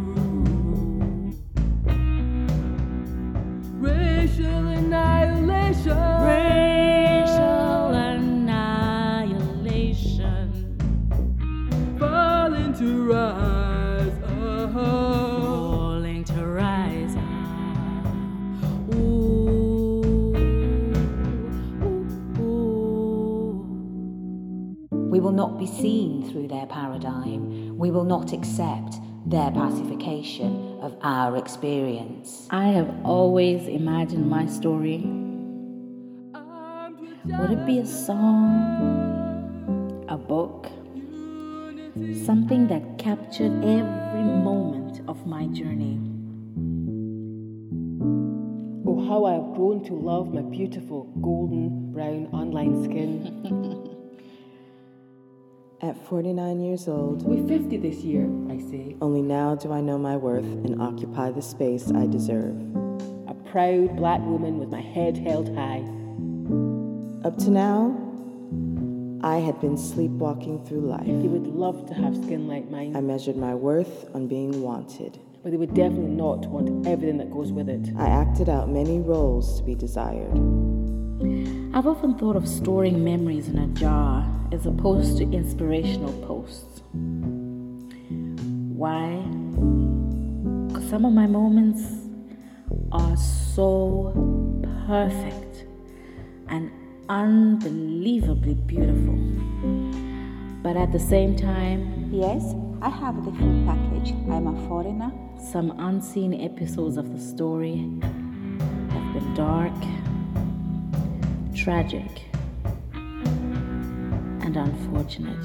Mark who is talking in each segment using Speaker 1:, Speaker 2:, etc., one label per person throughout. Speaker 1: breakthrough. Racial annihilation.
Speaker 2: Racial annihilation.
Speaker 1: Falling to rise. Oh.
Speaker 2: Falling to rise. Ooh. Ooh. Ooh.
Speaker 3: We will not be seen through their paradigm. We will not accept their pacification of our experience.
Speaker 4: I have always imagined my story. Would it be a song, a book, something that captured every moment of my journey?
Speaker 5: Oh, how I have grown to love my beautiful golden brown online skin.
Speaker 6: At 49 years old,
Speaker 5: We're 50 this year, I say.
Speaker 6: only now do I know my worth and occupy the space I deserve.
Speaker 5: A proud black woman with my head held high.
Speaker 6: Up to now, I had been sleepwalking through life.
Speaker 5: They would love to have skin like mine,
Speaker 6: I measured my worth on being wanted.
Speaker 5: but they would definitely not want everything that goes with it.
Speaker 6: I acted out many roles to be desired.
Speaker 4: I've often thought of storing memories in a jar as opposed to inspirational posts. Why? 'Cause some of my moments are so perfect and unbelievably beautiful. But at the same time,
Speaker 7: Yes, I have the full package. I'm a foreigner.
Speaker 4: some unseen episodes of the story have been dark, tragic, and unfortunate.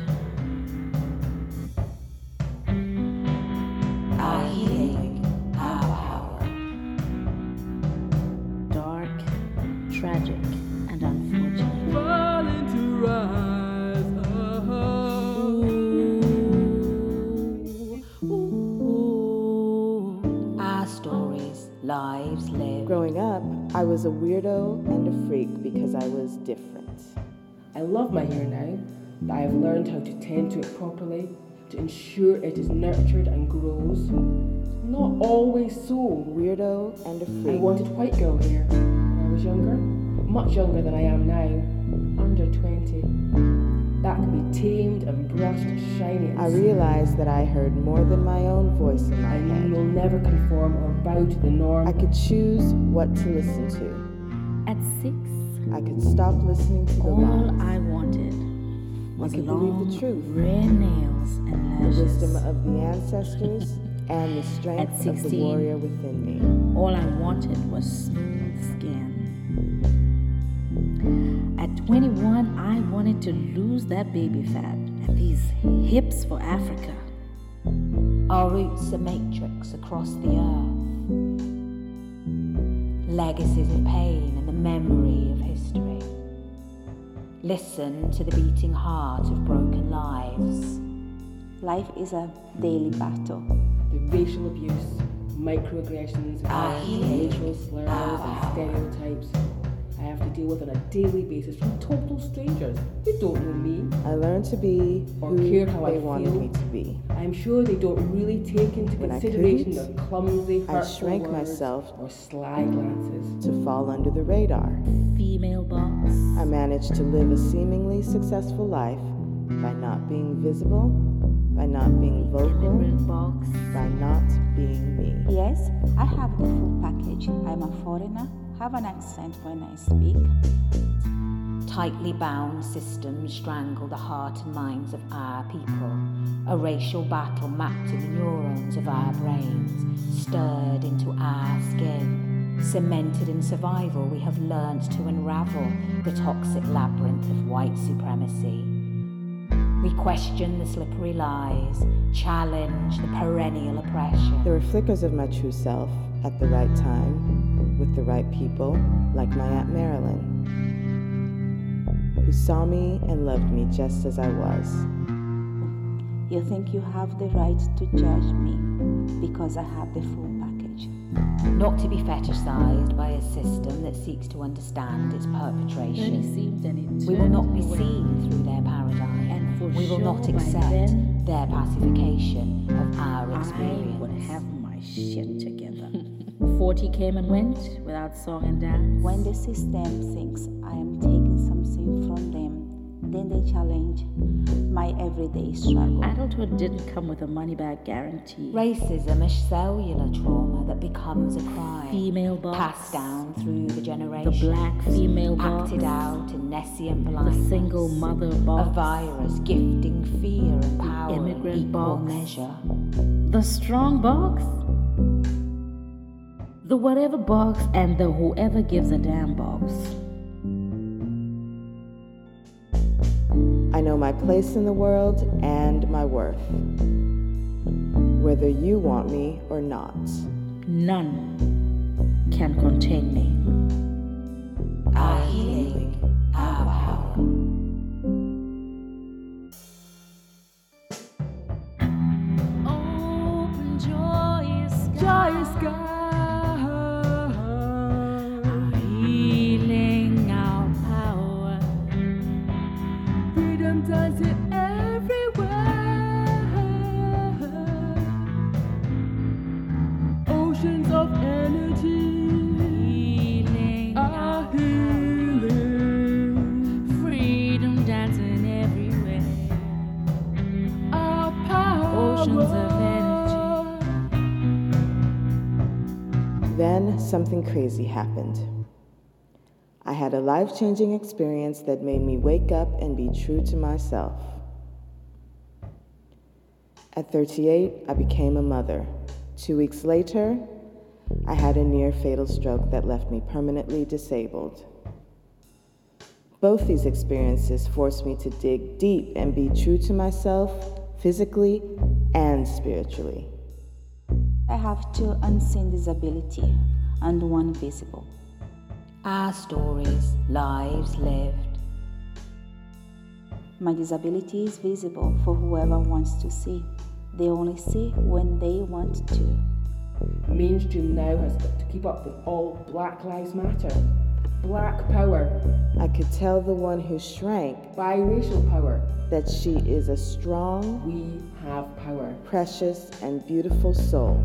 Speaker 3: Our healing, our power.
Speaker 4: Dark, tragic, and unfortunate.
Speaker 1: Falling to rise. Oh.
Speaker 2: Ooh.
Speaker 3: Our stories, lives lived.
Speaker 6: Growing up, I was a weirdo and a freak because I was different.
Speaker 5: I love my hair now that I have learned how to tend to it properly, to ensure it is nurtured and grows. Not always so.
Speaker 6: Weirdo and a
Speaker 5: I
Speaker 6: freak.
Speaker 5: wanted white girl hair when I was younger, much younger than I am now, under 20. That can be tamed and brushed shiny and
Speaker 6: I realized that I heard more than my own voice in my
Speaker 5: and
Speaker 6: head.
Speaker 5: will never conform or bow to the norm.
Speaker 6: I could choose what to listen to.
Speaker 4: At six,
Speaker 6: I could stop listening to the
Speaker 4: all
Speaker 6: lies.
Speaker 4: I wanted was
Speaker 6: I could
Speaker 4: long,
Speaker 6: believe the truth.
Speaker 4: rare nails and
Speaker 6: the
Speaker 4: lashes.
Speaker 6: wisdom of the ancestors and the strength
Speaker 4: At
Speaker 6: of the
Speaker 4: 16.
Speaker 6: warrior within me.
Speaker 4: All I wanted was smooth skin. At 21, I wanted to lose that baby fat and these hips for Africa.
Speaker 3: Our roots a matrix across the earth. Legacies of pain and the memory of history. Listen to the beating heart of broken lives.
Speaker 7: Life is a daily battle.
Speaker 5: the racial abuse, microaggressions,
Speaker 3: Ah,
Speaker 5: violence, racial slurs,
Speaker 6: Ah.
Speaker 5: and stereotypes I have to deal with on a daily basis from total strangers who don't know me.
Speaker 6: I learned to be
Speaker 5: Or
Speaker 6: who
Speaker 5: care how I
Speaker 6: they wanted
Speaker 5: feel.
Speaker 6: me to be.
Speaker 5: I'm sure they don't really take into
Speaker 6: When I
Speaker 5: consideration their
Speaker 6: couldn't,
Speaker 5: clumsy,
Speaker 6: I
Speaker 5: hurtful
Speaker 6: shrank
Speaker 5: words
Speaker 6: myself.
Speaker 5: or sly glances.
Speaker 6: To fall under the radar.
Speaker 4: Female box,
Speaker 6: I managed to live a seemingly successful life by not being visible, by not being vocal,
Speaker 4: immigrant box,
Speaker 6: by not being me.
Speaker 7: Yes, I have the full package. I'm a foreigner. Have an accent when I speak.
Speaker 3: Tightly bound systems strangle the heart and minds of our people. A racial battle mapped in the neurons of our brains, stirred into our skin. Cemented in survival, we have learnt to unravel the toxic labyrinth of white supremacy. We question the slippery lies, challenge the perennial oppression.
Speaker 6: There were flickers of my true self at the right time, with the right people, like my Aunt Marilyn, who saw me and loved me just as I was.
Speaker 7: You think you have the right to judge me because I have the full package.
Speaker 3: not to be fetishized by a system that seeks to understand its
Speaker 4: Then it
Speaker 3: perpetration.
Speaker 4: seemed and it
Speaker 3: We will not
Speaker 4: turned
Speaker 3: be
Speaker 4: away.
Speaker 3: seen through their paradigm.
Speaker 4: And for
Speaker 3: we will
Speaker 4: sure
Speaker 3: not
Speaker 4: by
Speaker 3: accept
Speaker 4: then,
Speaker 3: their pacification of our
Speaker 4: I would
Speaker 3: experience.
Speaker 4: have my shit together. 40 came and went without song and dance.
Speaker 7: When the system thinks I am taking something from them, then they challenge my everyday struggle.
Speaker 4: Adulthood didn't come with a money back guarantee.
Speaker 3: Racism is cellular trauma that becomes a crime,
Speaker 4: Female box.
Speaker 3: passed down through the
Speaker 4: The
Speaker 3: generations,
Speaker 4: black female box.
Speaker 3: acted out in nescient
Speaker 4: The
Speaker 3: blindness.
Speaker 4: single mother
Speaker 3: a
Speaker 4: box.
Speaker 3: virus gifting fear and power in
Speaker 4: immigrant
Speaker 3: equal
Speaker 4: box.
Speaker 3: measure.
Speaker 4: The strong box. The whatever box and the whoever gives a damn box.
Speaker 6: I know my place in the world and my worth, whether you want me or not.
Speaker 4: None can contain me.
Speaker 3: Our healing, our power.
Speaker 2: Open joyous
Speaker 1: Giant sky,
Speaker 2: Healing our power.
Speaker 1: freedom dancing everywhere. Oceans of energy
Speaker 2: Healing our
Speaker 1: are healing.
Speaker 2: freedom dancing everywhere.
Speaker 1: Our power.
Speaker 2: Oceans of energy.
Speaker 6: Then something crazy happened. I had a life changing experience that made me wake up and be true to myself. At 38, I became a mother. Two weeks later, I had a near fatal stroke that left me permanently disabled. Both these experiences forced me to dig deep and be true to myself physically and spiritually.
Speaker 7: I have two unseen disability and one visible.
Speaker 3: Our stories, lives lived.
Speaker 7: My disability is visible for whoever wants to see. They only see when they want to.
Speaker 5: Mainstream now has got to keep up with all Black Lives Matter, Black power,
Speaker 6: I could tell the one who shrank
Speaker 5: biracial power.
Speaker 6: that she is a strong,
Speaker 5: We have power.
Speaker 6: precious, and beautiful soul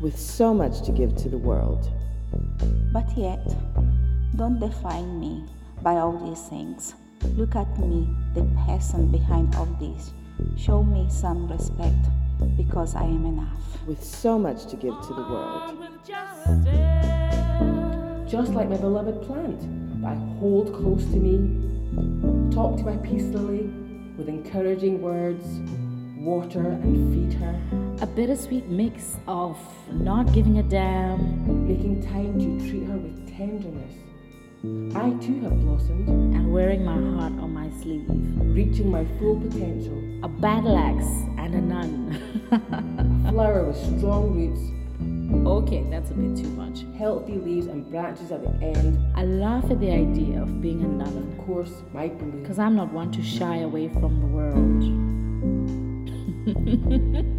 Speaker 6: with so much to give to the world.
Speaker 7: But yet, don't define me by all these things. Look at me, the person behind all this. Show me some respect because I am enough.
Speaker 6: With so much to give to the world.
Speaker 5: Just like my beloved plant that I hold close to me, talk to my peace lily with encouraging words, water and feed her,
Speaker 4: A bittersweet mix of not giving a damn
Speaker 5: making time to treat her with tenderness. I too have blossomed,
Speaker 4: and wearing my heart on my sleeve.
Speaker 5: reaching my full potential.
Speaker 4: A battle axe and a nun.
Speaker 5: A flower with strong roots,
Speaker 4: okay, that's a bit too much.
Speaker 5: healthy leaves and branches at the end.
Speaker 4: I laugh at the idea of being a nun.
Speaker 5: Of course, my blue.
Speaker 4: Because I'm not one to shy away from the world.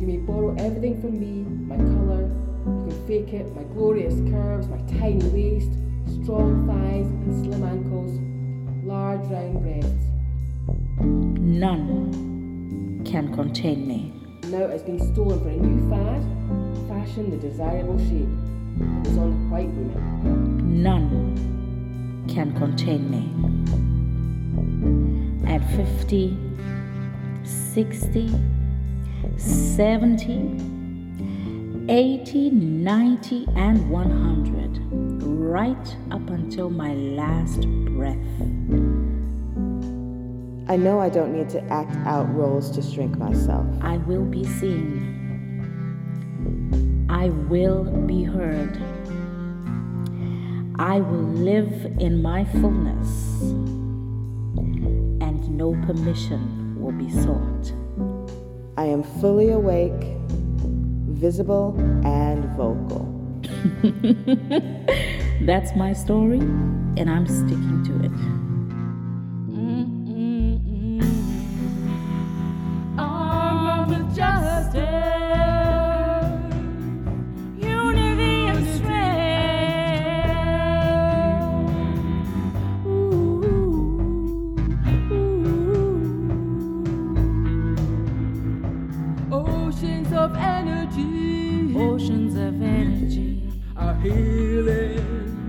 Speaker 5: You may borrow everything from me, my colour, you can fake it, my glorious curves, my tiny waist, strong thighs and slim ankles, large round breasts.
Speaker 4: None can contain me.
Speaker 5: Now it has been stolen for a new fad, fashion the desirable shape. It was on white women.
Speaker 4: None can contain me. At 50, 60, 70, 80, 90, and 100, right up until my last breath.
Speaker 6: I know I don't need to act out roles to shrink myself.
Speaker 4: I will be seen. I will be heard. I will live in my fullness. And no permission will be sought.
Speaker 6: I am fully awake, visible, and vocal.
Speaker 4: That's my story, and I'm sticking to it.
Speaker 1: Arm of justice.
Speaker 2: Unity and
Speaker 4: of energy
Speaker 8: oceans of energy
Speaker 4: are healing.